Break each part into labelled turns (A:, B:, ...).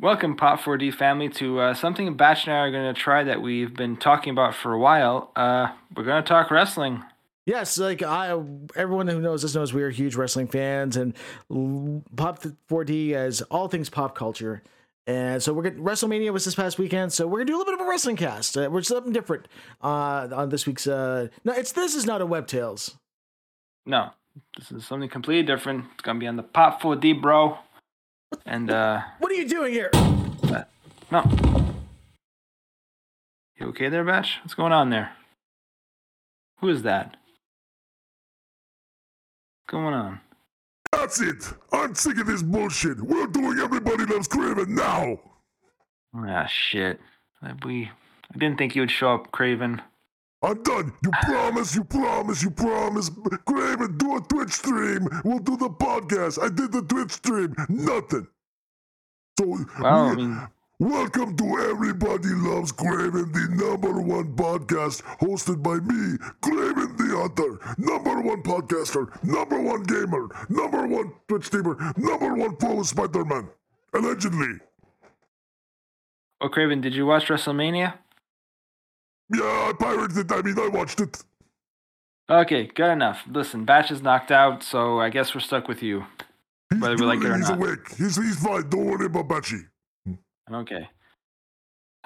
A: Welcome, Pop4D family, to uh, something Batch and I are going to try that we've been talking about for a while. Uh, we're going to talk wrestling.
B: Yes, like I, everyone who knows us knows we are huge wrestling fans, and Pop 4D as all things pop culture. And so we're going WrestleMania was this past weekend, so we're gonna do a little bit of a wrestling cast. Uh, we're something different uh, on this week's. Uh, no, it's this is not a Web Tales.
A: No, this is something completely different. It's going to be on the Pop 4D, bro. And uh,
B: What are you doing here?
A: no, you okay there, Batch? What's going on there? Who is that? What's going on?
C: That's it. I'm sick of this bullshit. We're doing Everybody Loves Craven now.
A: Ah, shit. I- We I didn't think you would show up, Craven.
C: I'm done. You promise, you promise, you promise. Craven, do a Twitch stream. We'll do the podcast. I did the Twitch stream. Nothing. So,
A: Well, I
C: we-
A: mean,
C: welcome to Everybody Loves Craven, the number one podcast hosted by me, Craven the Hunter, number one podcaster, number one gamer, number one Twitch streamer, number one pro Spider Man. Allegedly.
A: oh, Craven, did you watch WrestleMania?
C: Yeah, I pirated it. I mean, I watched it.
A: Okay, good enough. Listen, Batch is knocked out, so I guess we're stuck with you.
C: He's
A: Whether we like it
C: doing
A: or
C: he's
A: not.
C: awake. He's, he's fine. Don't worry about Batchy.
A: Okay.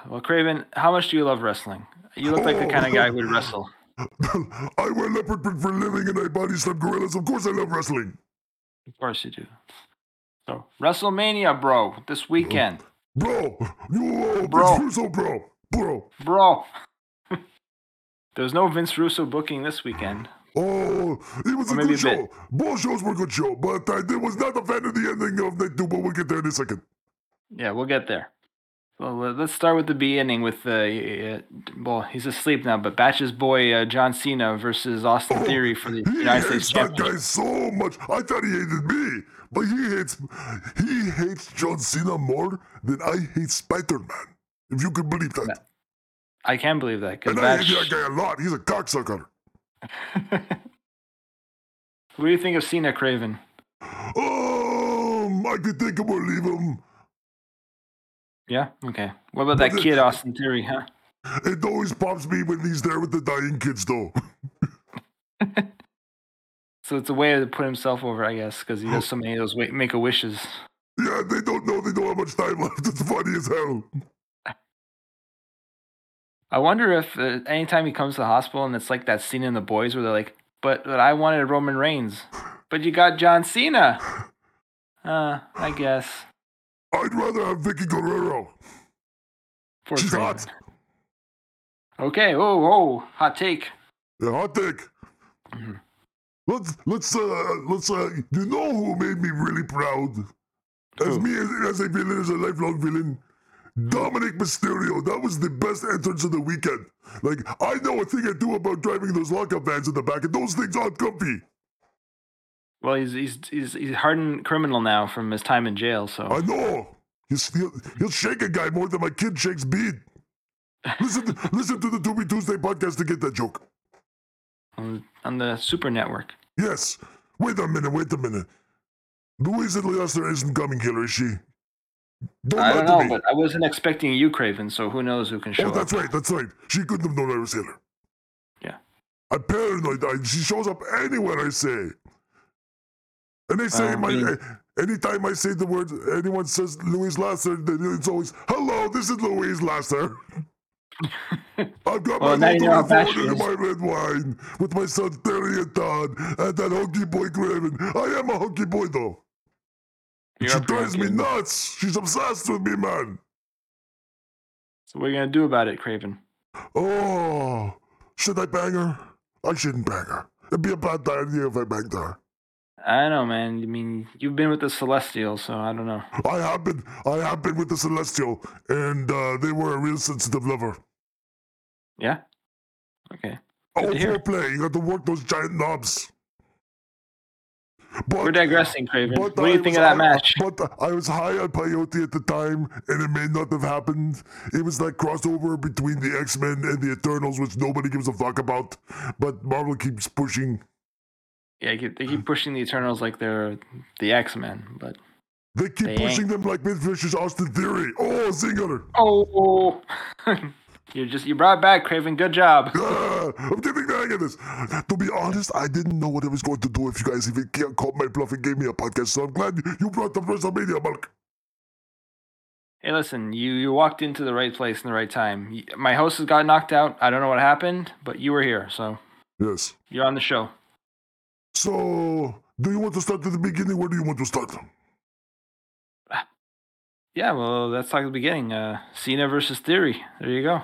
A: Well, Craven, how much do you love wrestling? You look like the kind of guy who would wrestle.
C: I wear leopard print for a living and I body slam gorillas. Of course I love wrestling.
A: Of course you do. So, WrestleMania, bro, this weekend.
C: Bro,
A: Bro.
C: you bro. Russo, bro. Bro.
A: Bro. There's no Vince Russo booking this weekend.
C: Oh, it was
A: Or
C: a
A: maybe
C: good
A: a bit.
C: show. Both shows were good show, but I did- was not a fan of the ending of Night 2, but we'll get there in a second.
A: Yeah, we'll get there. Well, le- let's start with the beginning with the. Uh, well, he's asleep now, but Batch's boy uh, John Cena versus Austin
C: Oh,
A: Theory for the
C: He
A: United States
C: hates that
A: Championship.
C: guy so much. I thought he hated me, but he hates he hates John Cena more than I hate Spider-Man. If you could believe that.
A: I can't believe that. 'cause
C: And I
A: Batch,
C: hate that guy a lot. He's a cocksucker.
A: what do you think of Cena Craven?
C: Um, I could take him or leave him.
A: Yeah. Okay. What about that
C: But the-
A: kid Austin Theory? Huh?
C: It always pops me when he's there with the dying kids, though.
A: So it's a way to put himself over, I guess, because he does so many of those make a wishes.
C: Yeah, they don't know. They don't have much time left. It's funny as hell.
A: I wonder if uh, anytime he comes to the hospital and it's like that scene in The Boys where they're like, "But, but I wanted Roman Reigns, but you got John Cena." Uh, I guess.
C: I'd rather have Vicky Guerrero.
A: Poor
C: She's
A: Craven.
C: hot.
A: Okay. Whoa, whoa. Hot take.
C: Yeah, hot take.
A: Mhm.
C: Let's let's uh let's uh. You know who made me really proud? As
A: Who?
C: me as, as a villain, as a lifelong villain. Dominic Mysterio, that was the best entrance of the weekend. Like, I know a thing or two about driving those lockup vans in the back, and those things aren't comfy.
A: Well, he's he's he's he's a hardened criminal now from his time in jail. So.
C: I know. He's, he'll, he'll shake a guy more than my kid shakes bead. Listen, to, listen to the To Be Tuesday podcast to get that joke.
A: on, on the Super Network.
C: Yes. Wait a minute. Wait a minute. Louise Leoster isn't coming here, is she? Don't
A: I
C: lie
A: don't
C: to
A: know,
C: me.
A: but I wasn't expecting you, Craven. So who knows who can show
C: oh,
A: up?
C: that's right. That's right. She couldn't have known I was here.
A: Yeah.
C: I'm paranoid. I, she shows up anywhere I say. And they say
A: Well,
C: my
A: good.
C: a- anytime I say the word, anyone says Louise Lasser, then it's always hello. This is Louise Lasser. I've got
A: Well, now
C: my
A: you
C: little
A: know how bad
C: phone
A: she
C: and
A: is.
C: my red wine with my son Terry and Todd and that hunky boy Craven. I am a hunky boy though.
A: You're
C: she
A: up for it,
C: drives me
A: Craven.
C: nuts. She's obsessed with me, man.
A: So what are you gonna do about it, Craven?
C: Oh, should I bang her? I shouldn't bang her. It'd be a bad idea if I banged her.
A: I don't know, man. I mean, you've been with the Celestial, so I don't know.
C: I have been, I have been with the Celestial, and uh, they were a real sensitive lover.
A: Yeah. Okay.
C: All
A: to hear.
C: foreplay, Oh, you got to work those giant knobs. But,
A: We're digressing, Craven.
C: uh,
A: What
C: but
A: do you
C: I
A: think
C: was
A: of that
C: high-
A: match?
C: But I was high on peyote at the time, and it may not have happened. It was like crossover between the X Men and the Eternals, which nobody gives a fuck about. But Marvel keeps pushing.
A: Yeah, they keep- they keep pushing the Eternals like they're the X Men, but
C: They keep
A: They
C: pushing them like Midfish's Austin Theory. Oh, Zinger!
A: Oh, you just you brought it back Craven. Good job.
C: Ah, I'm getting the hang of this. To be honest, I didn't know what I was going to do if you guys even can't call my bluff and gave me a podcast. So I'm glad you brought the WrestleMania, Mark.
A: Hey, listen, you you walked into the right place in the right time. Y- My host has got knocked out. I don't know what happened, but you were here, so
C: Yes.
A: you're on the show.
C: So, do you want to start at the beginning? Where do you want to start?
A: Yeah, well, let's talk at the beginning. Uh, Cena versus Theory. There you go.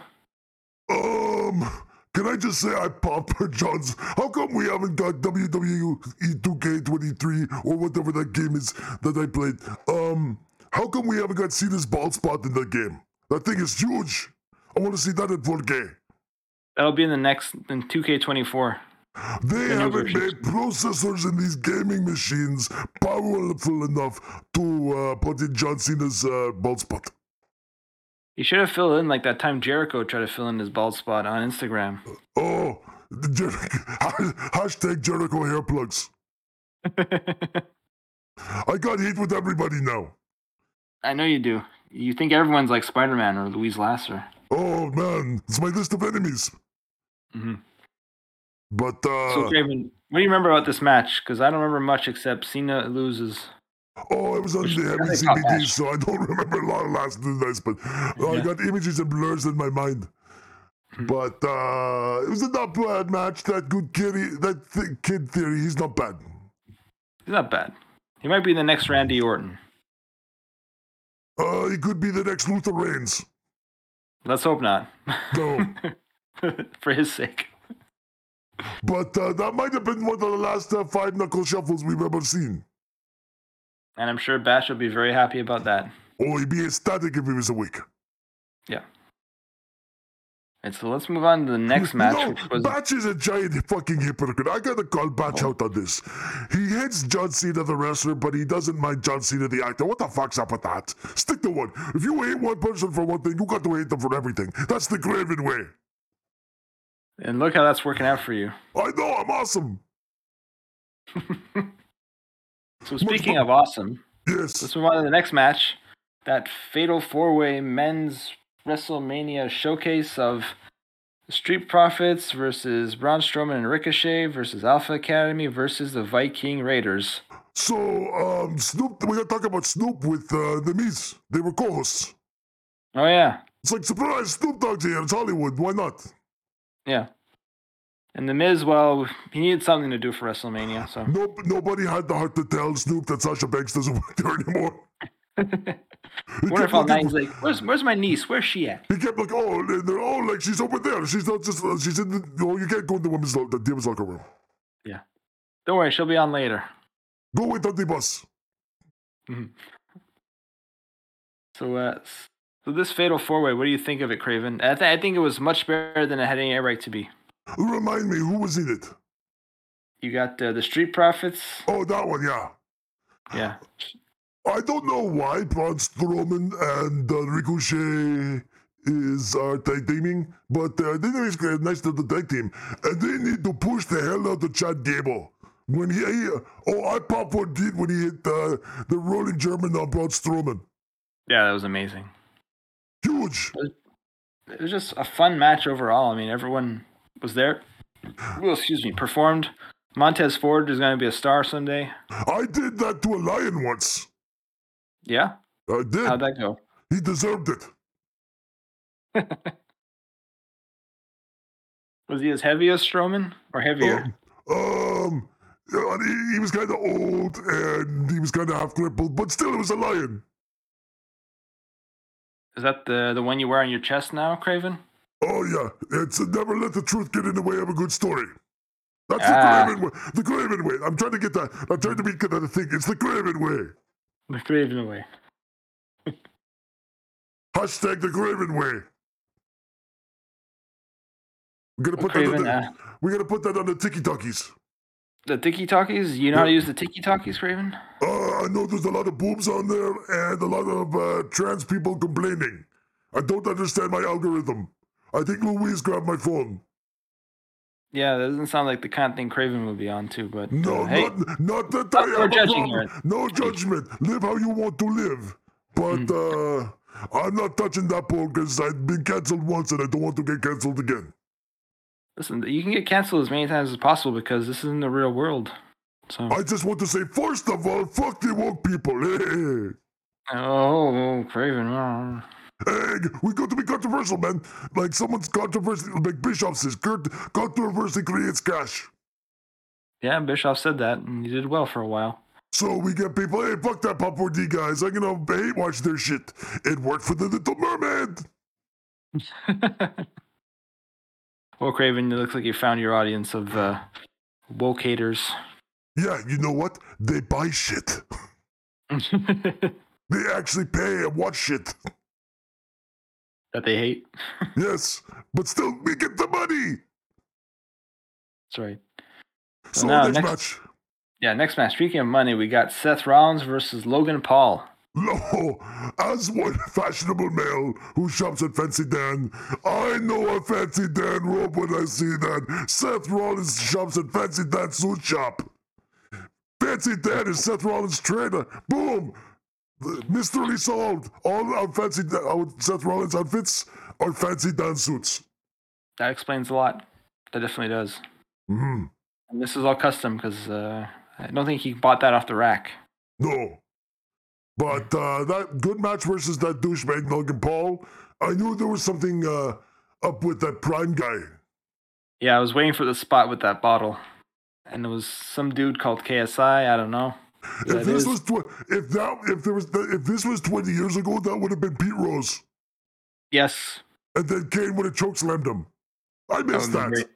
C: Um, can I just say I pop for John's? How come we haven't got E WWE 2K23 or whatever that game is that I played? Um, how come we haven't got Cena's bald spot in that game? That thing is huge. I want to see that in 4K.
A: That'll be in the next in 2K24.
C: They
A: new
C: haven't
A: versions.
C: made processors in these gaming machines powerful enough to uh, put in John Cena's uh, bald spot.
A: You should have filled in like that time Jericho tried to fill in his bald spot on Instagram.
C: Oh, Jer- hashtag Jericho hair plugs. I got heat with everybody now.
A: I know you do. You think everyone's like Spider-Man or Louise Lasser.
C: Oh man, it's my list of enemies.
A: hmm
C: But
A: so,
C: uh,
A: Craven, what do you remember about this match? Because I don't remember much except Cena loses.
C: oh, I was on the
A: Which-
C: heavy
A: that's not
C: CBD,
A: bad.
C: so I don't remember a lot of last nights. But uh, I
A: Yeah. Hmm.
C: got images and blurs in my mind. But uh, it was a not bad match. That good kid, that th- kid theory, he's not bad.
A: He's not bad. He might be the next Randy Orton.
C: Uh, he could be the next Luther Reigns.
A: Let's hope not.
C: No,
A: For his sake.
C: but uh, that might have been one of the last uh, five knuckle shuffles we've ever seen.
A: And I'm sure Bash will be very happy about that.
C: Oh, he'd be ecstatic if he was awake.
A: And so let's move on to the next match, which
C: No,
A: was
C: Batch is a giant fucking hypocrite. I gotta call Batch out on this. He hates John Cena the wrestler, but he doesn't mind John Cena the actor. What the fuck's up with that? Stick to one. If you hate one person for one thing, you got to hate them for everything. That's the Graven way.
A: and look how that's working out for you.
C: I know I'm awesome.
A: So speaking of awesome,
C: Yes.
A: let's move on to the next match. That fatal four way men's WrestleMania showcase of Street Profits versus Braun Strowman and Ricochet versus Alpha Academy versus the Viking Raiders.
C: So um, Snoop, we gotta talk about Snoop with uh, the Miz. They were co-hosts.
A: Oh yeah.
C: It's like surprise, Snoop Dogg's here. It's Hollywood. Why not?
A: Yeah. And the Miz, well, he needed something to do for WrestleMania, so
C: No, nobody had the heart to tell Snoop that Sasha Banks doesn't work there anymore. He
A: wonder
C: kept
A: if all
C: looking
A: night he's like, Where's where's my niece? Where's she at?
C: He kept like, oh, and they're all like, she's over there. She's not just, uh, she's in the, oh, you can't go in the women's, lo- the women's locker room.
A: Don't worry, she'll be on later.
C: Go wait on the bus.
A: So, uh, s- so this fatal four way, what do you think of it, Craven? I, th- I think it was much better than it had any right to be.
C: Remind me, who was in it?
A: You got uh, the Street Profits.
C: Oh, that one, yeah.
A: Yeah.
C: I don't know why Braun Strowman and uh, Ricochet is our tag teaming, but uh, they think it's nice to the tag team. And they need to push the hell out of Chad Gable. When he, he oh, I popped for Dean when he hit uh, the rolling German on Braun Strowman.
A: Yeah, that was amazing.
C: Huge.
A: It was just a fun match overall. I mean, everyone was there. Well, excuse me, performed. Montez Ford is going to be a star someday.
C: I did that to a lion once.
A: Yeah.
C: I did.
A: How'd that go?
C: He deserved it.
A: Was he as heavy as Strowman or heavier?
C: Um, yeah, and he, he was kind of old and he was kind of half crippled, but still, it was a lion.
A: Is that the, the one you wear on your chest now, Craven?
C: Oh yeah, it's a never let the truth get in the way of a good story. That's
A: Ah.
C: the Graven way. The Graven way. I'm trying to get that. I'm trying to be good at the thing. It's the Graven way.
A: The Craven way.
C: Hashtag the Graven way. We're gonna put that. On
A: Craven,
C: the,
A: uh,
C: We're gonna put that on the Tiki Talkies.
A: the Tiki Talkies? You know how to use the Tiki Talkies, Craven?
C: Uh, I know there's a lot of boobs on there and a lot of uh, trans people complaining. I don't understand my algorithm. I think Louise grabbed my phone.
A: Yeah, that doesn't sound like the kind of thing Craven would be on too. But
C: No,
A: uh, hey,
C: not, not that
A: Stop-
C: I
A: no
C: have a
A: judging
C: problem.
A: here.
C: No judgment. Live how you want to live. But
A: Hmm.
C: uh, I'm not touching that poll because I've been canceled once and I don't want to get canceled again.
A: listen, you can get canceled as many times as possible because this isn't the real world. So
C: I just want to say, first of all, fuck the woke people. Hey,
A: oh, Craven. oh.
C: hey, we got to be controversial, man. Like someone's controversy, like Bishop says, "Cont- controversy creates cash.
A: Yeah, Bischoff said that, and he did well for a while.
C: So we get people, hey, fuck that Pop 4D guys. I'm gonna hate watch their shit. It worked for the Little Mermaid.
A: well, Craven, it looks like you found your audience of uh, woke haters.
C: Yeah, you know what? They buy shit.
A: that
C: They actually pay and watch shit.
A: they hate.
C: Yes, but still, we get the money.
A: That's right.
C: So
A: now
C: next,
A: next-
C: match.
A: Yeah, next match. Speaking of money, we got Seth Rollins versus Logan Paul.
C: No, as one fashionable male who shops at Fancy Dan, I know a Fancy Dan robe when I see that. Seth Rollins shops at Fancy Dan suit shop. Fancy Dan is Seth Rollins' trainer. Boom! The Mystery solved. All our Fancy Dan, our Seth Rollins outfits are Fancy Dan suits.
A: That explains a lot. That definitely does.
C: hmm
A: And this is all custom because uh, I don't think he bought that off the rack.
C: No. But uh, that good match versus that douchebag Logan Paul. I knew there was something uh, up with that prime guy.
A: Yeah, I was waiting for the spot with that bottle, and it was some dude called KSI. I don't know. who that
C: if this
A: is.
C: was tw- if that if there was th- if this was twenty years ago, that would have been Pete Rose,
A: yes,
C: and then Kane would have chokeslammed him. I
A: that
C: missed
A: would
C: that.
A: be great.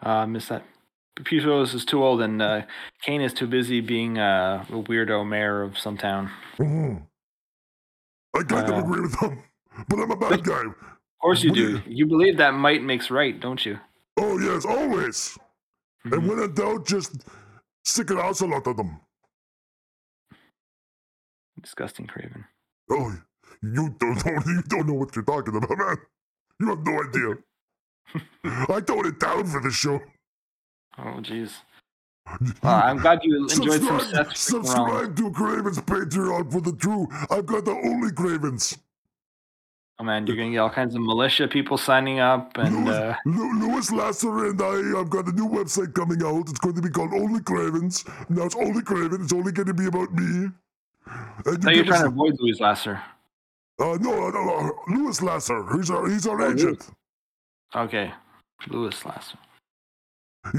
A: Uh, I missed that. Pete Rose is too old, and uh, Kane is too busy being uh, a weirdo mayor of some town.
C: Mhm. I kind
A: Wow.
C: of agree with him, but I'm a bad guy.
A: Of course you
C: What
A: do.
C: do
A: You believe that might makes right, don't you?
C: Oh yes, always.
A: Mhm.
C: And when in doubt, just stick an ocelot at them.
A: Disgusting, Craven.
C: Oh, you don't know, you don't know what you're talking about, man. You have no idea. I toned it down for this show.
A: Oh, jeez. Well, I'm glad you enjoyed some
C: subscribe,
A: Seth freaking Rollins.
C: subscribe to Craven's Patreon for the true. I've got the only Cravens.
A: Oh man, you're gonna get all kinds of militia people signing up, and
C: Louis,
A: uh,
C: Lu- Louis Lasser and I have got a new website coming out. It's going to be called Only Cravens. Now it's Only Craven. It's only going to be about me. And
A: so you're
C: give us-
A: trying to avoid Louis Lasser.
C: uh, no, no, no, Louis Lasser. He's our, he's our
A: Oh, Louis.
C: agent.
A: Okay, Louis Lasser.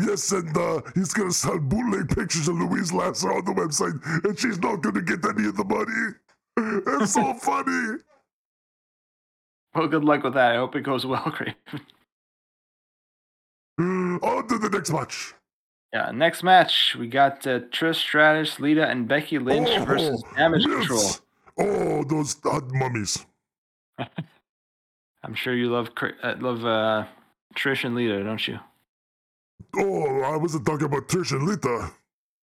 C: Yes, and uh, he's gonna sell bootleg pictures of Louise Lasser on the website, and she's not gonna get any of the money. It's so funny.
A: Well, good luck with that. I hope it goes well, Craven.
C: On to the next match.
A: Yeah, next match we got uh, Trish Stratus, Lita, and Becky Lynch
C: Oh,
A: versus Damage
C: yes.
A: Control.
C: Oh, those hot mummies.
A: I'm sure you love Cra- uh, love uh, Trish and Lita, don't you?
C: Oh, I wasn't talking about Trish and Lita.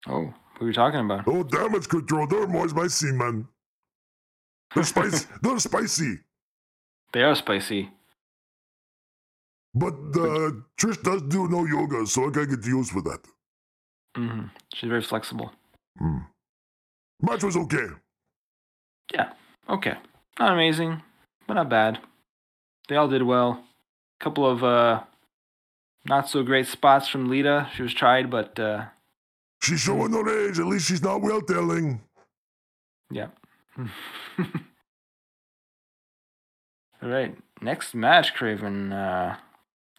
A: Oh, who are you talking about?
C: Oh, damage control. They're always my scene, man. They're spicy. they're spicy.
A: They are spicy.
C: But uh, Trish does do no yoga, so I gotta get used with that.
A: hmm She's very flexible.
C: Hmm. Match was okay.
A: Yeah. Okay. Not amazing, but not bad. They all did well. couple of uh, not so great spots from Lita. She was tried, but uh,
C: She's
A: Hmm.
C: showing her age. At least she's not well telling.
A: yeah. all right. Next match, Craven. Uh,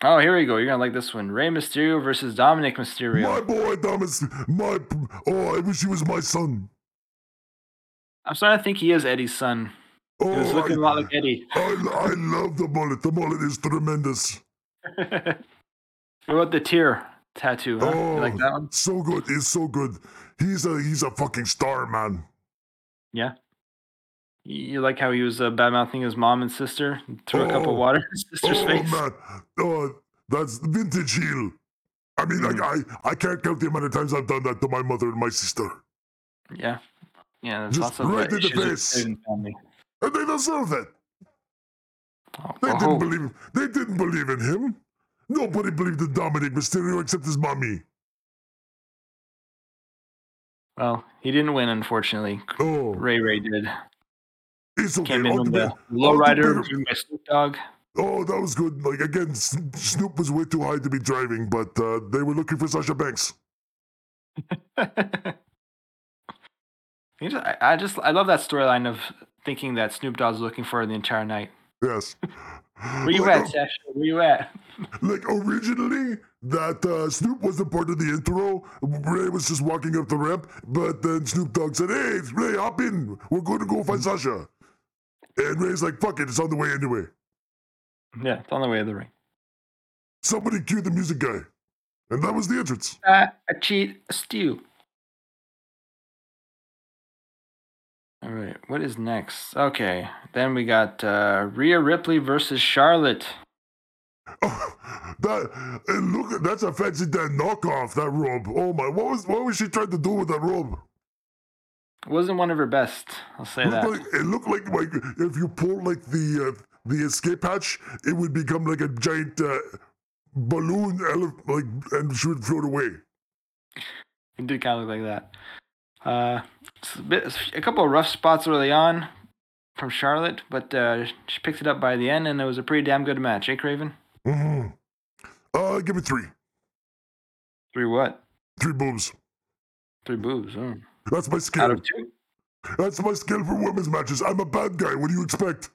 A: oh, here we go. You're gonna like this one. Rey Mysterio versus Dominic Mysterio.
C: My boy Thomas, my oh, I wish he was my son.
A: I'm starting to think he is Eddie's son. He was
C: Oh,
A: looking a
C: I,
A: lot like Eddie.
C: I, I love the mullet. The mullet is tremendous.
A: what about the tear tattoo? Huh?
C: Oh,
A: You like that one?
C: so good. It's so good. He's a he's a fucking star, man.
A: Yeah. You you like how he was uh, bad mouthing his mom and sister, and threw a cup
C: Oh.
A: of water in his sister's
C: oh
A: face.
C: man, oh that's vintage heel. I mean, like
A: Hmm.
C: I I can't count the amount of times I've done that to my mother and my sister,
A: Yeah, yeah. There's lots
C: Just
A: of uh,
C: right in the
A: issues with
C: face.
A: Craven family.
C: and they deserve it.
A: Oh,
C: They
A: oh,
C: didn't believe they didn't believe in him. Nobody believed in Dominic Mysterio except his mommy.
A: Well, he didn't win, unfortunately.
C: Oh,
A: Ray Ray did.
C: it's okay.
A: Came in
C: All
A: on
C: the
A: the
C: be- all
A: low
C: the
A: rider
C: better-
A: by Snoop Dogg.
C: Oh, that was good. Like again, S- Snoop was way too high to be driving, but uh, they were looking for Sasha Banks.
A: You just- I I just I love that storyline of thinking that Snoop Dogg's looking for her the entire night.
C: Yes.
A: Where you
C: Like,
A: at, Sasha? Where you at?
C: like originally that uh, Snoop wasn't part of the intro. Ray was just walking up the ramp, but then Snoop Dogg said, "Hey, Ray, hop in. We're going to go find Sasha." And Ray's like, "Fuck it, it's on the way anyway."
A: Yeah, it's on the way to the ring.
C: Somebody cue the music guy, and that was the entrance.
A: Uh, a cheat, a stew. All right, what is next? Okay, then we got uh, Rhea Ripley versus Charlotte.
C: Oh, that and look, that's a fancy that knockoff that robe. Oh my, what was what was she trying to do with that robe?
A: It wasn't one of her best. I'll say
C: Looked
A: that.
C: like- it looked like like if you pull like the uh, the escape hatch, it would become like a giant uh, balloon, ele- like and she would float away.
A: It did kind of look like that. Uh, it's a, bit, a couple of rough spots early on from Charlotte, but uh, she picked it up by the end, and it was a pretty damn good match. eh, Jake Raven,
C: hmm Uh, give me three,
A: three what?
C: three boobs.
A: Three boobs. mm.
C: That's my
A: Out
C: skill.
A: of two,
C: That's my skill for women's matches. I'm a bad guy. What do you expect?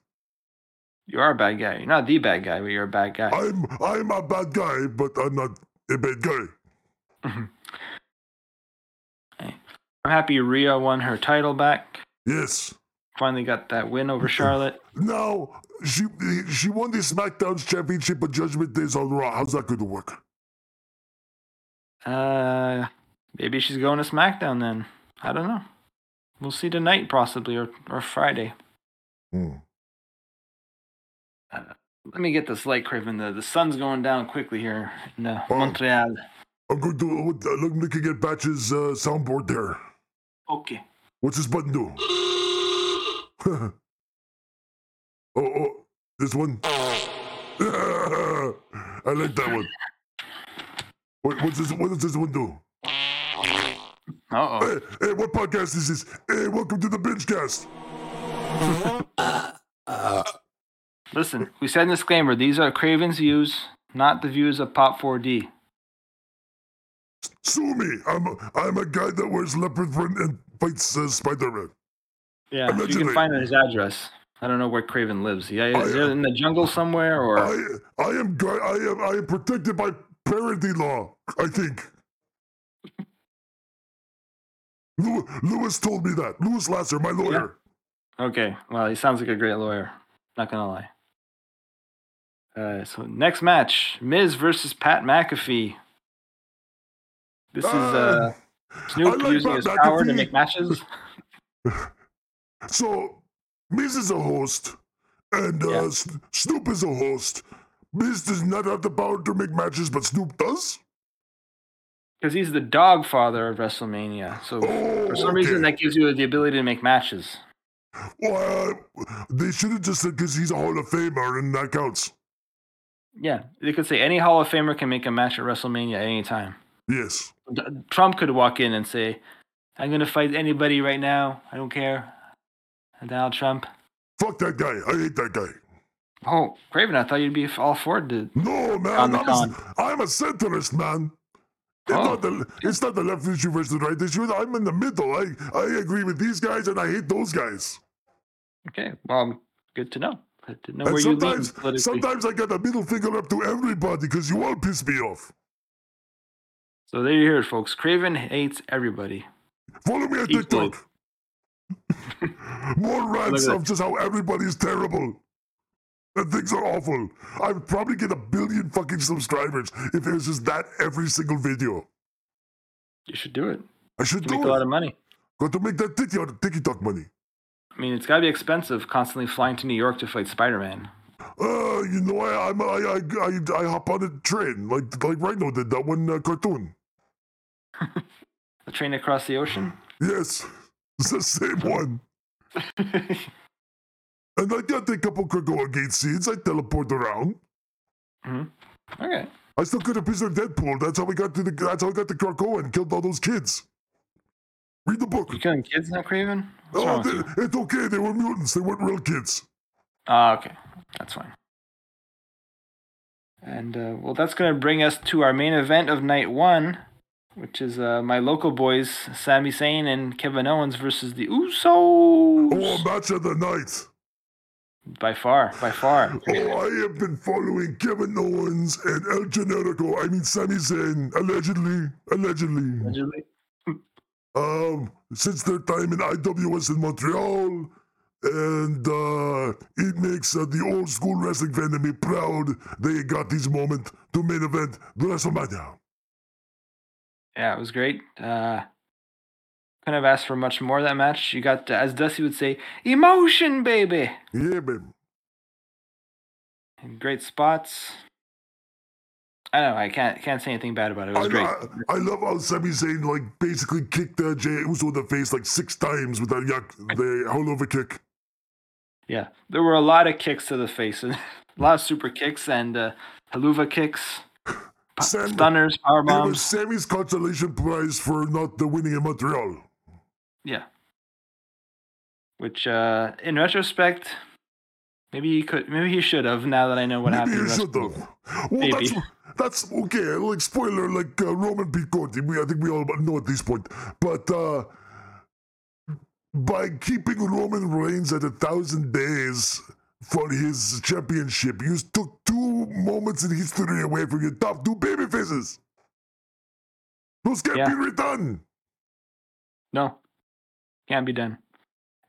A: you are a bad guy. You're not the bad guy, but you're a bad guy.
C: I'm I'm a bad guy, but I'm not a bad guy.
A: I'm happy Rhea won her title back.
C: Yes.
A: Finally got that win over Charlotte.
C: Now she she won the SmackDown's championship, but Judgment Day's on Raw. How's that going to work?
A: Uh, maybe she's going to SmackDown then. I don't know. We'll see tonight, possibly, or, or Friday.
C: Hmm.
A: Let me get this light, Craven. The, the sun's going down quickly here in uh,
C: Oh.
A: Montreal.
C: I'm going to uh, look- I'm looking at Batch's uh, soundboard there.
A: Okay.
C: What's this button do? oh, oh, this one. I like that one. Wait, what's this? What does this one do?
A: Uh oh.
C: Hey, hey, what podcast is this? Hey, welcome to the Bingecast.
A: Listen, we said in disclaimer these are Craven's views, not the views of Pop 4D.
C: Sue me. I'm a, I'm a guy that wears leopard print and fights uh, Spider-Man.
A: Yeah, if you
C: Allegedly.
A: can find his address. I don't know where Craven lives. Yeah, is
C: I, uh,
A: he in the jungle somewhere, or
C: I I am guy. I am I am protected by parenting law. I think. Lew- Lewis told me that. Lewis Lasser, my lawyer.
A: Okay. Well, he sounds like a great lawyer. Not gonna lie. Uh, so next match, Miz versus Pat McAfee. This is uh,
C: Ah, I
A: Snoop
C: like
A: using
C: Pat
A: his power to
C: McAfee.
A: make matches.
C: So, Miz is a host, and uh,
A: Yeah.
C: S- Snoop is a host. Miz does not have the power to make matches, but Snoop does.
A: Because he's the dog father of WrestleMania. So
C: Oh,
A: for some reason
C: okay.
A: that gives you the ability to make matches.
C: Well, uh, they should have just said because he's a Hall of Famer, and that counts.
A: Yeah. They could say any Hall of Famer can make a match at WrestleMania at any time.
C: Yes.
A: D- Trump could walk in and say, I'm gonna fight anybody right now. I don't care. Donald Trump.
C: Fuck that guy. I hate that guy.
A: Oh, Craven, I thought you'd be all for it, dude.
C: No, man, I'm
A: On the
C: a, I'm a centrist, man. It's,
A: Oh.
C: not the, it's not the left issue versus the right issue. I'm in the middle. I, I agree with these guys and I hate those guys.
A: Okay, well, good to know. I didn't know
C: And
A: where you lean
C: sometimes,
A: politically.
C: sometimes I got a middle finger up to everybody because you all piss me off.
A: So there you hear it, folks. Craven hates everybody.
C: Follow me on
A: Equally.
C: TikTok. More rants
A: at
C: of just how everybody's terrible. And things are awful. I would probably get a billion fucking subscribers if it was just that every single video.
A: You should do it.
C: I should
A: You
C: do
A: make
C: it.
A: a lot of money.
C: Got to make that TikTok, TikTok money.
A: I mean, it's got to be expensive constantly flying to New York to fight Spider Man.
C: Uh, you know, I I'm, I, I I I hop on a train like like Rhino did that one uh, cartoon.
A: A train across the ocean?
C: Yes, it's the same one. And I got a couple Krakoa gate seeds. I teleport around.
A: Okay.
C: I still could have preserved Deadpool. That's how we got to the. That's how we got to Krakoa and killed all those kids. Read the book.
A: You killing kids now, Craven? What's
C: Oh,
A: wrong with you?
C: they, it's okay. They were mutants. They weren't real kids.
A: Ah, okay. That's fine. And uh, well, that's going to bring us to our main event of night one, which is uh, my local boys, Sami Zayn and Kevin Owens versus the
C: Oh,
A: Usos.
C: match of the night.
A: By far, by far.
C: Oh, I have been following Kevin Owens and El Generico. I mean, Sami Zayn, allegedly, allegedly.
A: Allegedly.
C: Um, since their time in IWS in Montreal, and uh, it makes uh, the old school wrestling fan in me proud. They got this moment to main event the WrestleMania.
A: Yeah, it was great. Uh, couldn't have asked for much more that match. You got, uh, as Dusty would say, emotion, baby.
C: Yeah, babe.
A: And great spots. I know. I can't can't say anything bad about it. It was
C: I,
A: great.
C: I, I love how Sami Zayn like basically kicked uh, Jay Uso in the face like six times with that yak, the hell of a kick.
A: Yeah, there were a lot of kicks to the face, and a lot of super kicks and uh, haluva kicks, p-
C: Sam-
A: stunners, power
C: It was
A: bombs.
C: Sammy's consolation prize for not the winning in Montreal.
A: Yeah, which uh, in retrospect, maybe he could, maybe he should have. Now that I know what
C: Maybe
A: happened,
C: you
A: in
C: should
A: WrestleMania.
C: have.
A: Maybe.
C: Well, that's, that's okay. Like spoiler, like uh, Roman P. Conti. We, I think we all know at this point. But uh, by keeping Roman Reigns at a thousand days for his championship, you took two moments in history away from your top two baby faces. Those can't
A: Yeah.
C: be redone.
A: no, can't be done.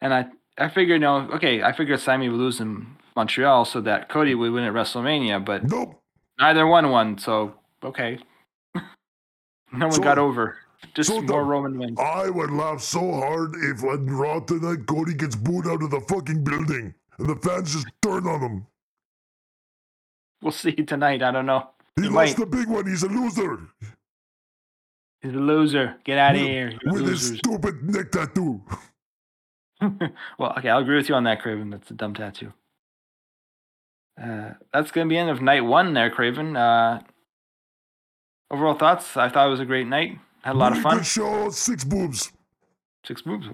A: And I, I figured, no, okay, I figured Sammy would lose in Montreal so that Cody would win at WrestleMania, but
C: Nope.
A: neither one won. So okay, no one
C: So-
A: got over. Just
C: so the-
A: more Roman wins.
C: I would laugh so hard if on Raw tonight Cody gets booed out of the fucking building and the fans just turn on him.
A: We'll see tonight. I don't know.
C: He
A: It
C: lost
A: might.
C: the big one. He's a loser
A: He's a loser. Get out of
C: With-
A: here. you
C: with his
A: losers.
C: stupid neck tattoo.
A: well, okay, I'll agree with you on that, Craven. That's a dumb tattoo. Uh, that's gonna be end of night one there, Craven. Uh, overall thoughts? I thought it was a great night. Had a lot of
C: Really
A: fun.
C: Good show. Six boobs.
A: Six moves.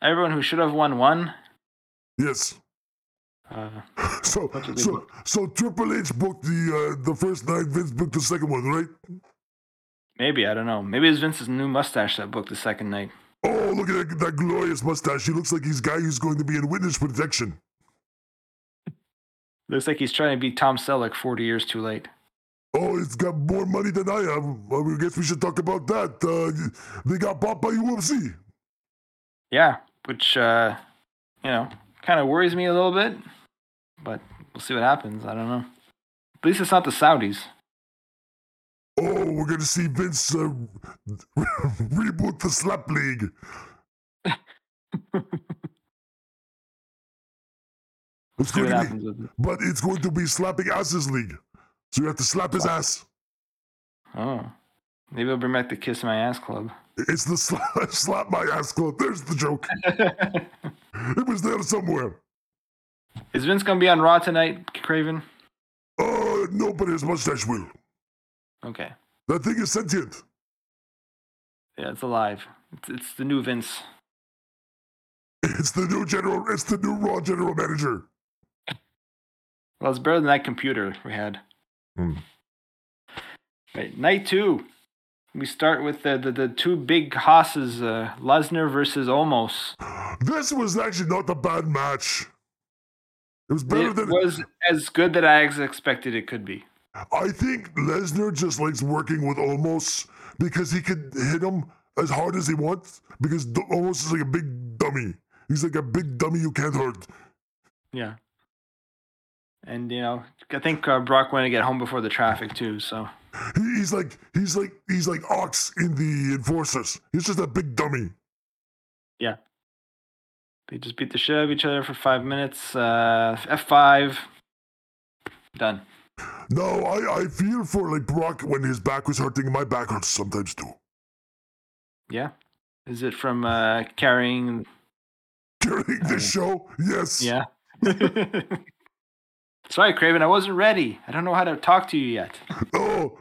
A: Everyone who should have won won.
C: Yes.
A: Uh,
C: So
A: That's a big
C: so
A: book.
C: so Triple H booked the uh, the first night. Vince booked the second one, right?
A: maybe I don't know. Maybe it was Vince's new mustache that booked the second night.
C: Oh, look at that, that glorious mustache. He looks like he's guy who's going to be in witness protection.
A: Looks like he's trying to be Tom Selleck 40 years too late.
C: Oh, it's got more money than I have. Well, I guess we should talk about that. Uh, they got bought by UFC.
A: Yeah, which uh, you know kind of worries me a little bit, but we'll see what happens. I don't know. At least it's not the Saudis.
C: Oh, we're gonna see Vince uh, reboot the Slap League. it's
A: See what
C: going to be,
A: happens with it.
C: but it's going to be slapping asses league. So you have to slap his ass.
A: Oh, maybe I'll bring back the Kiss My Ass Club.
C: It's the slap, slap my ass club. There's the joke. It was there somewhere.
A: Is Vince gonna be on Raw tonight, Craven?
C: Oh, no, but his mustache will.
A: Okay,
C: That thing is sentient.
A: yeah, it's alive. It's, it's the new Vince.
C: It's the new general. It's the new Raw general manager.
A: Well, it's better than that computer we had.
C: Hmm.
A: Right, night two. We start with the, the, the two big hosses, uh, Lesnar versus Omos.
C: This was actually not a bad match. It was better
A: It
C: than
A: was as good that I ex- expected it could be.
C: I think Lesnar just likes working with Omos because he can hit him as hard as he wants because D- Omos is like a big dummy. He's like a big dummy you can't hurt.
A: Yeah. And you know, I think uh, Brock wanted to get home before the traffic too. So
C: He, he's like he's like he's like Ox in the Enforcers. He's just a big dummy.
A: they just beat the shit out of each other for five minutes. Uh, F five. Done.
C: No, I, I feel for like Brock when his back was hurting. My back hurts sometimes too.
A: Yeah. Is it from uh, carrying?
C: During
A: Uh,
C: this show, yes.
A: Yeah. Sorry, Craven, I wasn't ready. I don't know how to talk to you yet.
C: Oh,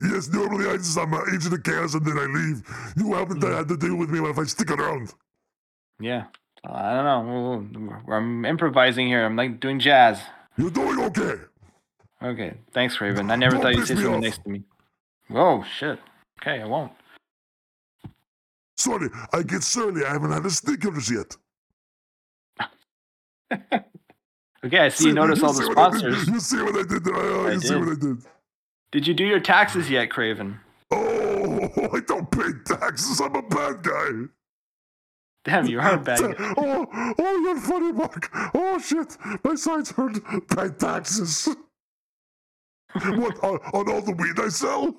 C: yes, normally I just, I'm an agent of chaos and then I leave. You haven't had to deal with me if I stick around.
A: Yeah. I don't know. We'll- we'll- I'm improvising here. I'm like doing jazz.
C: You're doing okay.
A: Okay. Thanks, Raven. I never
C: Don't
A: thought you'd
C: piss
A: say
C: me
A: something
C: off.
A: nice to me. Whoa, shit. Okay, I won't.
C: Sorry, I get surly. I haven't had a Snickers yet.
A: Okay, I see you notice all the
C: see what I did-
A: sponsors.
C: You see what I did there? Uh,
A: I
C: you see
A: did.
C: what I did?
A: Did you do your taxes yet, Craven?
C: Oh, I don't pay taxes. I'm a bad guy.
A: Damn, you are a bad. guy.
C: Oh, oh, you're funny, Mark. Oh, shit. My sides hurt. Pay taxes. what, on, on all the weed I sell?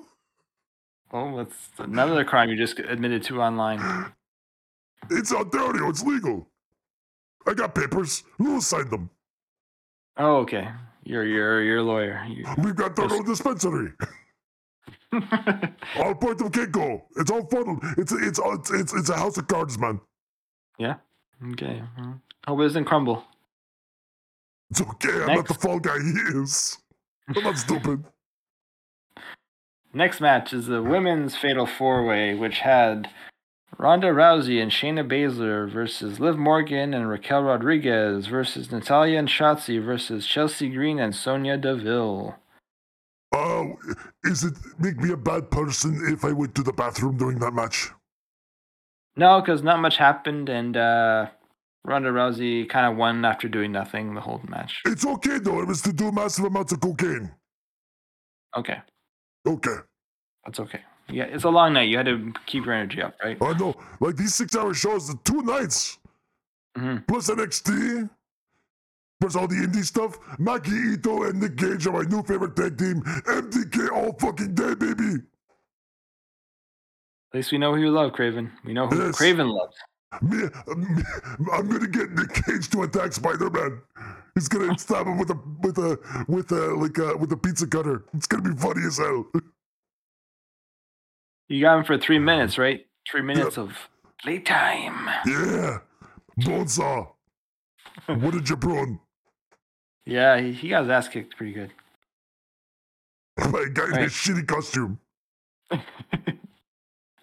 A: Oh, that's another crime you just admitted to online.
C: It's Ontario. It's legal. I got papers. Lewis signed them.
A: Oh, okay. You're you're you're a lawyer. You-
C: We've got our own dispensary. All part of Keiko. It's all funnel. It's it's it's it's, it's a house of cards, man.
A: yeah. Okay. well, Hope it doesn't crumble.
C: It's okay. I'm not the
A: Next.
C: fall guy he is. I'm not stupid.
A: Next match is the women's fatal four way, which had Ronda Rousey and Shayna Baszler versus Liv Morgan and Raquel Rodriguez versus Natalia and Shotzi versus Chelsea Green and Sonia Deville.
C: Oh, is it make me a bad person if I went to the bathroom during that match?
A: No, because not much happened, and uh, Ronda Rousey kind of won after doing nothing the whole match.
C: It's okay though. It was to do massive amounts of cocaine.
A: Okay,
C: Okay.
A: that's okay. Yeah, it's a long night. You had to keep your energy up, right?
C: I know. Like these six-hour shows, the two nights
A: Mhm.
C: plus NXT, plus all the indie stuff. Maki Ito and Nick Gage are my new favorite tag team. MDK all fucking day, baby.
A: At least we know who you love, Craven. We know who
C: Yes.
A: Craven loves.
C: Me, me, I'm gonna get Nick Cage to attack Spider-Man. He's gonna stab him with a with a with a like a with a pizza cutter. It's gonna be funny as hell.
A: You got him for three minutes, right? Three minutes of playtime.
C: Yeah, bonesaw. What did you prawn?
A: Yeah, he, he got his ass kicked pretty good.
C: My guy in
A: Right.
C: his shitty costume.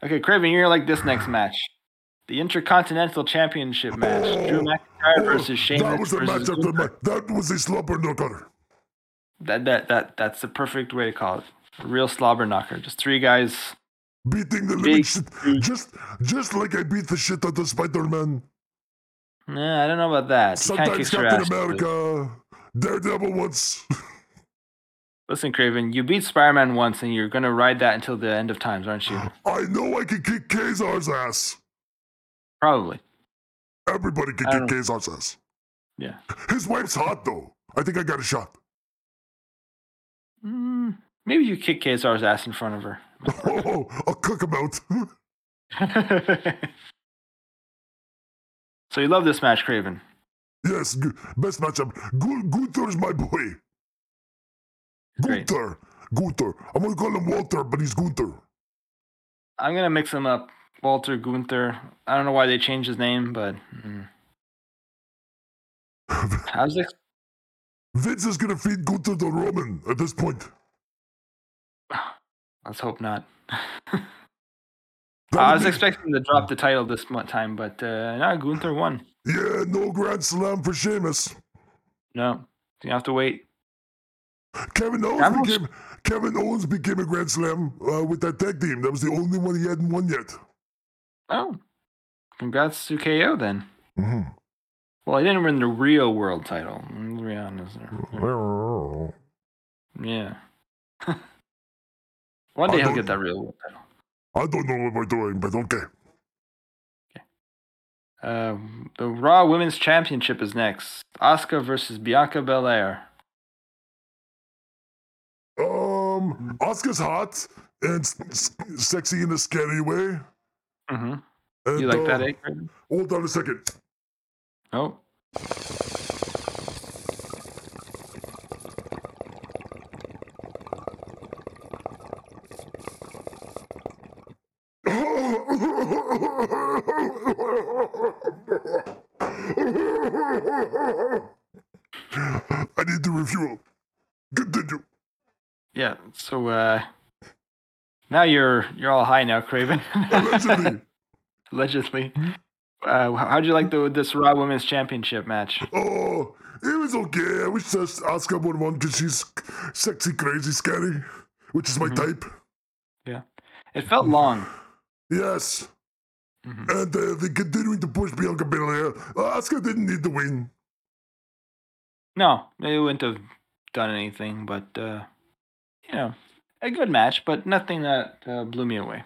A: Okay, Craven, you're like this next match. The Intercontinental Championship match. Drew
C: Oh,
A: McIntyre
C: Oh,
A: versus
C: that
A: Sheamus
C: was a
A: versus
C: match after
A: Gunther.
C: my, That was a slumber no cutter.
A: that, that that that's the perfect way to call it. A real slobber knocker. Just three guys.
C: Beating the living
A: Big
C: shit.
A: beat.
C: Just just like I beat the shit out of Spider Man.
A: Nah, I don't know about that. He kinda
C: Sometimes
A: kicks your
C: Captain
A: ass, but-
C: America. Daredevil once.
A: Listen, Craven, you beat Spider-Man once, and you're gonna ride that until the end of times, aren't you?
C: I know I can kick Kazar's ass.
A: Probably.
C: Everybody can
A: I
C: kick
A: don't-
C: Kazar's ass.
A: Um, Yeah.
C: His wife's hot though. I think I got a shot.
A: Mm, maybe you kick KSR's ass in front of her.
C: Oh, I'll cook him out.
A: so you love this match, Craven.
C: yes, g- best matchup. Gun- Gunther's my boy.
A: Great.
C: Gunther. Gunther. I'm gonna call him Walter, but he's Gunther.
A: I'm gonna mix them up. Walter Gunther. I don't know why they changed his name, but mm. how's this?
C: Vince is gonna feed Gunther the Roman at this point.
A: Let's hope not.
C: That
A: I
C: would
A: was
C: be-
A: expecting to drop the title this mo- time, but uh, no, Gunther won.
C: Yeah, no Grand Slam for Sheamus.
A: No, you have to wait.
C: Kevin Owens
A: I'm not
C: became Kevin Owens became a Grand Slam uh, with that tag team. That was the only one he hadn't won yet.
A: Oh, congrats to KO then.
C: Mhm.
A: Well, he didn't win the real world title. Rihanna's there. Mm-hmm. Yeah. One
C: I
A: day he'll
C: don't-
A: get that real world title.
C: I don't know what we're doing, but okay.
A: Uh, the Raw Women's Championship is next. Asuka versus Bianca Belair.
C: Um, Oscar's hot and s- s- sexy in a scary way.
A: hmm
C: And,
A: You like
C: uh,
A: that, eh? Craven?
C: Hold on a second.
A: Oh.
C: I need to review them. Continue.
A: Yeah. So uh, now you're you're all high now, Craven.
C: Allegedly.
A: Allegedly. Uh, how'd you like the this Raw Women's Championship match?
C: Oh, it was okay. I wish Sus- Asuka would won because she's sexy, crazy, scary, which is my type.
A: It felt long.
C: Yes.
A: Mhm.
C: And uh, they're continuing to push Bianca Belair. Uh, Asuka didn't need the win.
A: No, they wouldn't have done anything, but uh, you know, a good match, but nothing that uh, blew me away.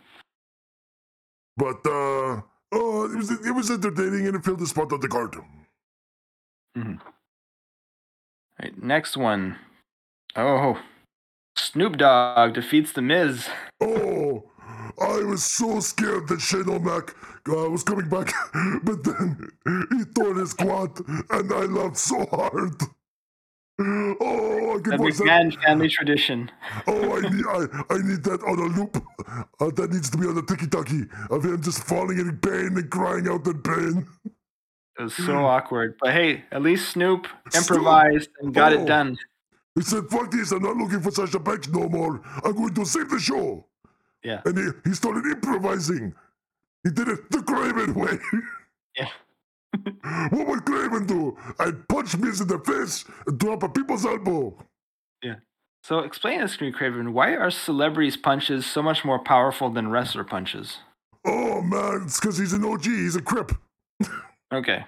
C: But uh, oh, it was it was entertaining and it filled the spot on the card.
A: All right, next one. Oh, Snoop Dogg defeats The Miz.
C: Oh, I was so scared that Shane O'Mac uh, was coming back, but then he tore his quad, and I laughed so hard. Oh, I
A: The
C: could watch that.
A: McMahon family tradition.
C: Oh, I need, I, I need that on a loop. Uh, that needs to be on the tiki taki of him just falling in pain and crying out in pain.
A: It was so awkward, but hey, at least Snoop improvised and got
C: Oh.
A: it done.
C: He said, "Fuck this! I'm not looking for Sasha Banks no more. I'm going to save the show."
A: Yeah.
C: And he, he started improvising. He did it the Craven way.
A: Yeah.
C: what would Craven do? I'd punch Miz in the face and drop a people's elbow.
A: So explain this to me, Craven. Why are celebrities' punches so much more powerful than wrestler punches?
C: Oh man, it's because he's an OG. He's a crip.
A: Okay.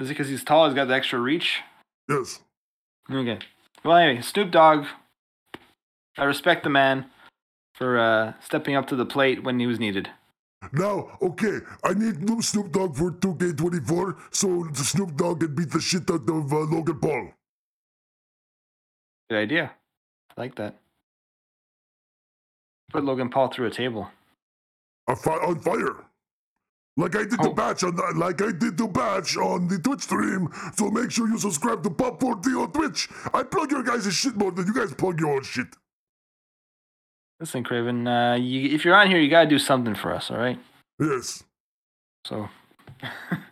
A: Is it because he's tall? He's got the extra reach?
C: Yes.
A: Okay. Well, anyway, Snoop Dogg. I respect the man for uh, stepping up to the plate when he was needed.
C: Now, okay, I need new Snoop Dogg for 2K24 so Snoop Dogg can beat the shit out of uh, Logan Paul.
A: Good idea. I like that. Put Logan Paul through a table.
C: on, fi- on fire. Like I did
A: Oh.
C: to Batch on the, like I did to Batch on the Twitch stream. So make sure you subscribe to Pop 40 on Twitch. I plug your guys' shit more than you guys plug your own shit.
A: Listen, Craven, uh, you, if you're on here, you got to do something for us, all right?
C: Yes.
A: So.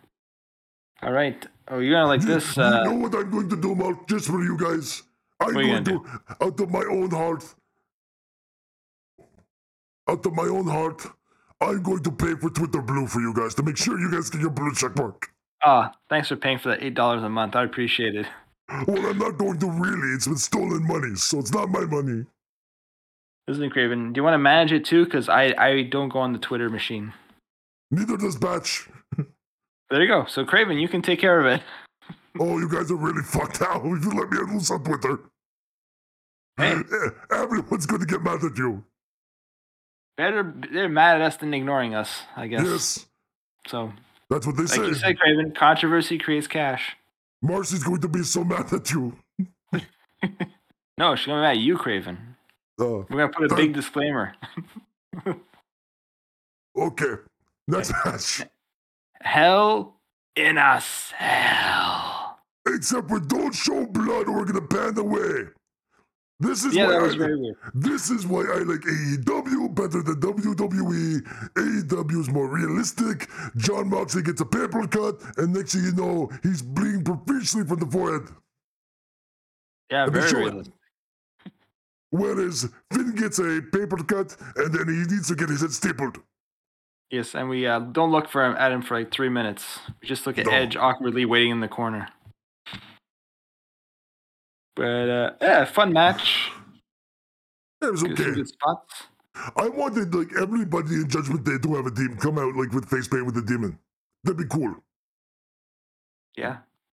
A: all right. Oh, you're going to like
C: You-
A: this.
C: you
A: Uh,
C: know what I'm going to do, Mark, just for you guys. I'm
A: What are you
C: going
A: gonna
C: to, out of my own heart, out of my own heart, I'm going to pay for Twitter Blue for you guys to make sure you guys get your blue check mark.
A: Ah, thanks for paying for that $8 a month. I appreciate it.
C: Well, I'm not going to really. It's been stolen money, so it's not my money.
A: Listen, Craven, do you want to manage it too? Because I, I don't go on the Twitter machine.
C: Neither does Batch.
A: There you go. So, Craven, you can take care of it.
C: Oh, you guys are really fucked now. If you let me loose on Twitter,
A: Hey.
C: Eh, everyone's going to get mad at you.
A: Better, they're mad at us than ignoring us, I guess.
C: Yes,
A: So,
C: that's what they
A: like
C: say.
A: you said, Craven, controversy creates cash.
C: Marcy's going to be so mad at you.
A: No, she's gonna be mad at you, Craven.
C: Uh,
A: We're gonna put a big disclaimer.
C: okay, next match.
A: Hell in us, hell.
C: Except for don't show blood, we're going to pan the way. This is
A: Yeah,
C: why
A: that was
C: I,
A: very weird.
C: This is why I like AEW better than E. WWE. AEW is more realistic. John Moxley gets a paper cut, and next thing you know, he's bleeding profusely from the forehead.
A: Yeah,
C: Let me
A: very
C: show it.
A: realistic.
C: Whereas Finn gets a paper cut and then he needs to get his head stapled.
A: Yes, and we uh, don't look for him at him for like three minutes. We just look at
C: No.
A: Edge awkwardly waiting in the corner. But uh, yeah, fun match.
C: It was
A: Some
C: okay.
A: good spots.
C: I wanted like everybody in Judgment Day to have a demon come out like with face paint with a demon. That'd be cool.
A: Yeah,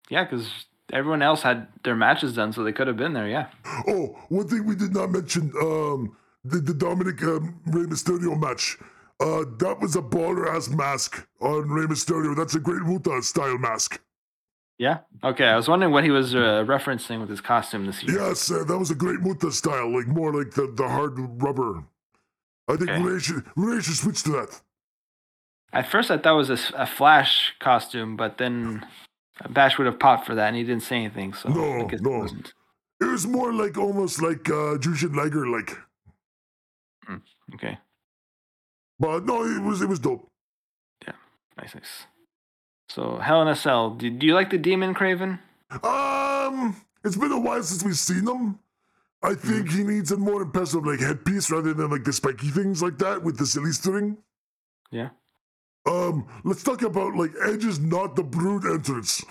A: yeah, because everyone else had their matches done, so they could have been there. Yeah.
C: Oh, one thing we did not mention: um, the, the Dominic um, Rey Mysterio match. Uh, that was a baller ass mask on Rey Mysterio. That's a great Muta style mask.
A: Yeah. Okay. I was wondering what he was uh, referencing with his costume this year.
C: Yes, uh, that was a great Muta style, like more like the, the hard rubber. I think
A: Okay.
C: Rey should, Rey should switch to that.
A: At first, I thought it was a, s- a Flash costume, but then Bash would have popped for that, and he didn't say anything. So
C: No,
A: I guess
C: no.
A: it wasn't.
C: It was more like almost like uh, Jushin Liger, like.
A: Okay.
C: But no, it was it was dope.
A: Nice, nice. So Hell in a Cell. Do, do you like the demon, Craven?
C: Um, it's been a while since we've seen him.
A: Hmm.
C: I think he needs a more impressive like headpiece rather than like the spiky things like that with the silly string.
A: Yeah.
C: Um, let's talk about like Edge is not the brood entrance.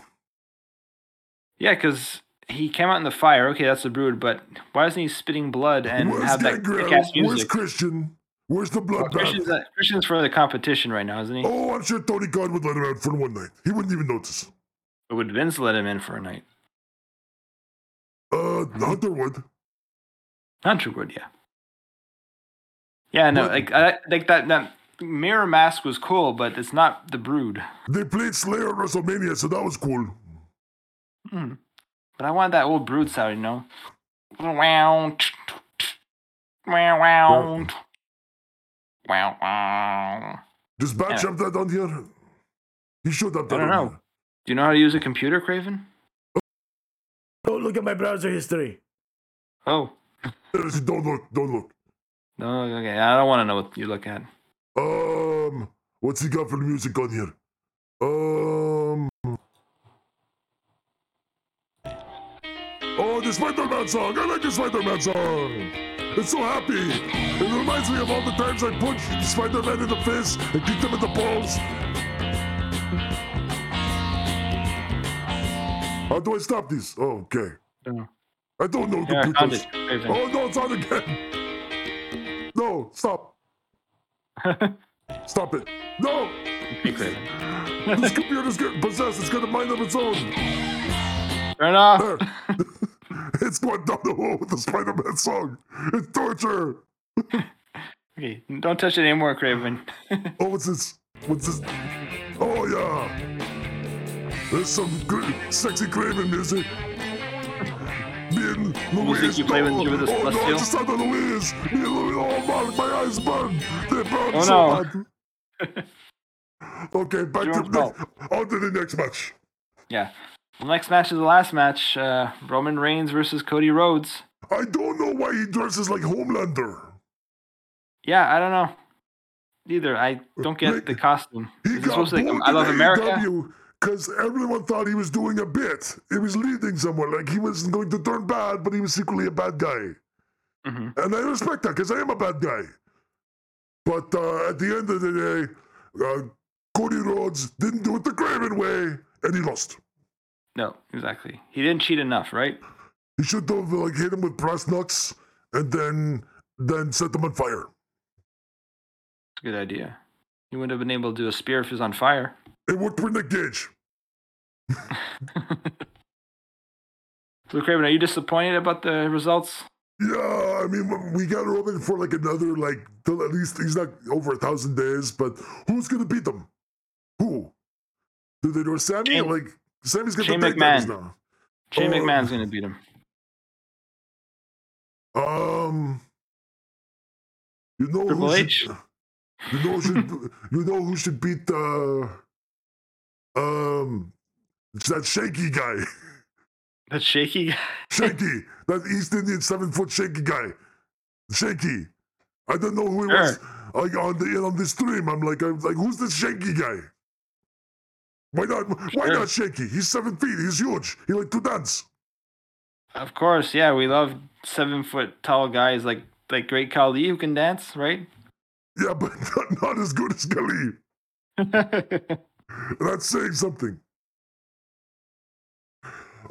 A: Yeah, because he came out in the fire. Okay, that's the brood, but why isn't he spitting blood and
C: Where's
A: have that
C: Gangrel?
A: kick ass
C: Where's
A: music?
C: Christian? Where's the
A: Well,
C: bloodbath?
A: Christian's, at- Christian's for the competition right now, isn't he?
C: Oh, I'm sure Tony Khan would let him out for one night. He wouldn't even notice.
A: But would Vince let him in for a night?
C: Uh,
A: Hmm.
C: Hunter would.
A: Hunter would, yeah. Yeah, no,
C: Well-
A: like I, like that that mirror mask was cool, but it's not the brood.
C: They played Slayer at WrestleMania, so that was cool.
A: Mm. But I wanted that old brood sound, you know. Wow, tch, tch, tch. wow, wow, wow, wow.
C: Does Batch
A: Yeah.
C: have that on here? He should have that.
A: I don't
C: on
A: know.
C: here.
A: Do you know how to use a computer, Craven?
B: Don't look at my browser history.
A: Oh,
C: Seriously, Don't look. Don't look.
A: no, okay. I don't want to know what you look at.
C: Um, what's he got for the music on here? Um. Oh, the Spider-Man song! I like the Spider-Man song. It's so happy. It reminds me of all the times I punched Spider-Man in the face and kicked him in the balls. How do I stop this? Oh, okay.
A: Don't know.
C: I don't know
A: Here, I found
C: computers.
A: it, Craven.
C: Oh no, it's on again. No, stop. Stop it. No!
A: Hey, Craven.
C: This computer's getting possessed. It's got a mind of its own.
A: Turn off.
C: There. it's going down the hole with the Spider Man song. It's torture.
A: Okay, don't touch it anymore, Craven.
C: Oh, what's this? What's this? Oh, yeah. There's some good, sexy Craven music. Me and Louise.
A: you play when
C: no.
A: you were this
C: Oh, no,
A: celestial?
C: I just saw the Louise. Me and Louise. Oh, my, my eyes burn. They burn
A: Oh,
C: so
A: no.
C: hard. Okay, back
A: Jerome's
C: to next, on to the next match.
A: yeah. The next match is the last match. Uh, Roman Reigns versus Cody Rhodes.
C: I don't know why he dresses like Homelander.
A: Yeah, I don't know. Either I don't
C: Wait.
A: get the costume.
C: He
A: Is it supposed
C: got
A: to be
C: booed
A: like, um, I love
C: in E.
A: America?
C: AEW because everyone thought he was doing a bit. He was leading somewhere, like he wasn't going to turn bad, but he was secretly a bad guy.
A: hmm
C: And I respect that because I am a bad guy. But uh, at the end of the day, uh, Cody Rhodes didn't do it the Craven way, and he lost.
A: No, exactly. He didn't cheat enough, right?
C: He should have like hit him with brass knucks and then then set them on fire.
A: It's a good idea. He wouldn't have been able to do a spear if he was on fire.
C: It worked for Nick Gage.
A: So, Craven, are you disappointed about the results?
C: Yeah, I mean, we got Roman for like another, like, till at least he's not over a thousand days, but who's going to beat them? Who? Do they do Sammy?
A: Shane-
C: like, Sammy's going
A: Shane
C: to take that
A: McMahon.
C: now.
A: Shane
C: Oh.
A: McMahon's going to beat him.
C: Um, you know
A: Triple
C: who
A: H?
C: should, you know who should, you know who should beat uh, um, it's that shaky guy,
A: That shaky guy.
C: shaky, that East Indian seven foot shaky guy, shaky. I don't know who he was. Like on the on the stream, I'm like, I'm like, who's this shaky guy? Why not? Why
A: Sure.
C: not shaky? He's seven feet. He's huge. He like to dance.
A: Of course, yeah, we love seven foot tall guys like like Great Khali who can dance, right?
C: Yeah, but not, not as good as Khalid. That's saying something.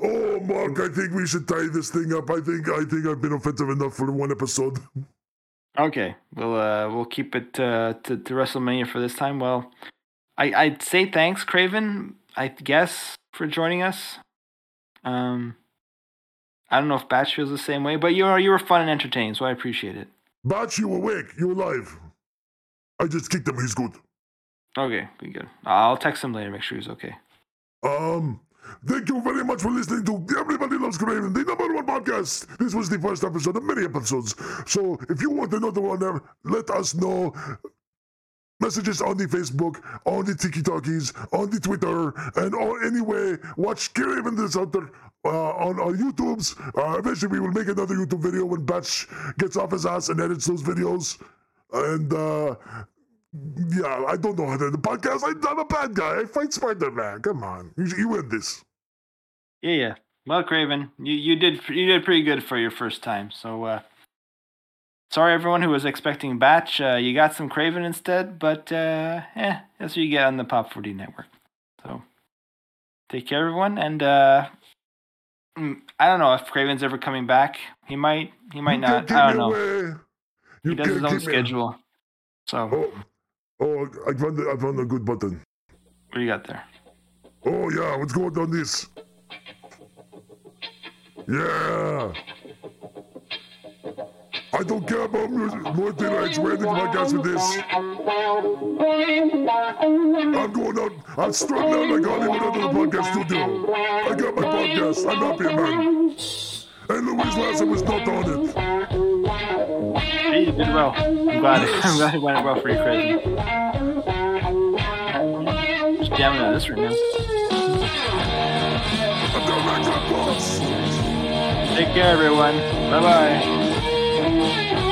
C: Oh, Mark, I think we should tie this thing up. I think I think I've been offensive enough for one episode.
A: okay, we'll uh, we'll keep it uh, to to WrestleMania for this time. Well, I I'd say thanks, Craven. I guess for joining us. Um, I don't know if Batch feels the same way, but you are you were fun and entertaining, so I appreciate it.
C: Batch, you awake? You alive? I just kicked him. He's good.
A: Okay, be good. I'll text him later, make sure he's okay.
C: Um, thank you very much for listening to Everybody Loves Craven, the number one podcast. This was the first episode of many episodes. So if you want another one, uh, let us know. Messages on the Facebook, on the Tiki Talkies, on the Twitter, and on anyway, watch Craven this Hunter uh, on our YouTubes. Uh, eventually, we will make another YouTube video when Batch gets off his ass and edits those videos. And uh, yeah, I don't know how to end the podcast. I, I'm a bad guy. I fight Spider Man. Come on. You, you win this.
A: Yeah, yeah. Well, Craven, you, you did you did pretty good for your first time. So, uh, sorry everyone who was expecting Batch. Uh, you got some Craven instead, but uh, eh, that's what you get on the Pop 40 network. So, take care, everyone, and uh, mm, I don't know if Craven's ever coming back. He might. He might
C: You
A: not.
C: can't keep
A: I don't
C: me
A: know.
C: away. You
A: He does his
C: can't
A: own
C: keep me-
A: schedule. So, what
C: Oh, oh, I found the, I found a good button.
A: do you got there?
C: Oh yeah, let's go on this. Yeah. I don't care about music. More than I expanded my gas with this. I'm going out. I'm strung out like I even another podcast studio. I got my podcast. I'm happy, man. And Louise Lasser was not on it.
A: Hey, you did well. I'm glad. I'm glad it went well for you, Craven. Just jamming out this right now.
C: I'm going back to the boss.
A: Take care, everyone. Bye bye.
D: Thank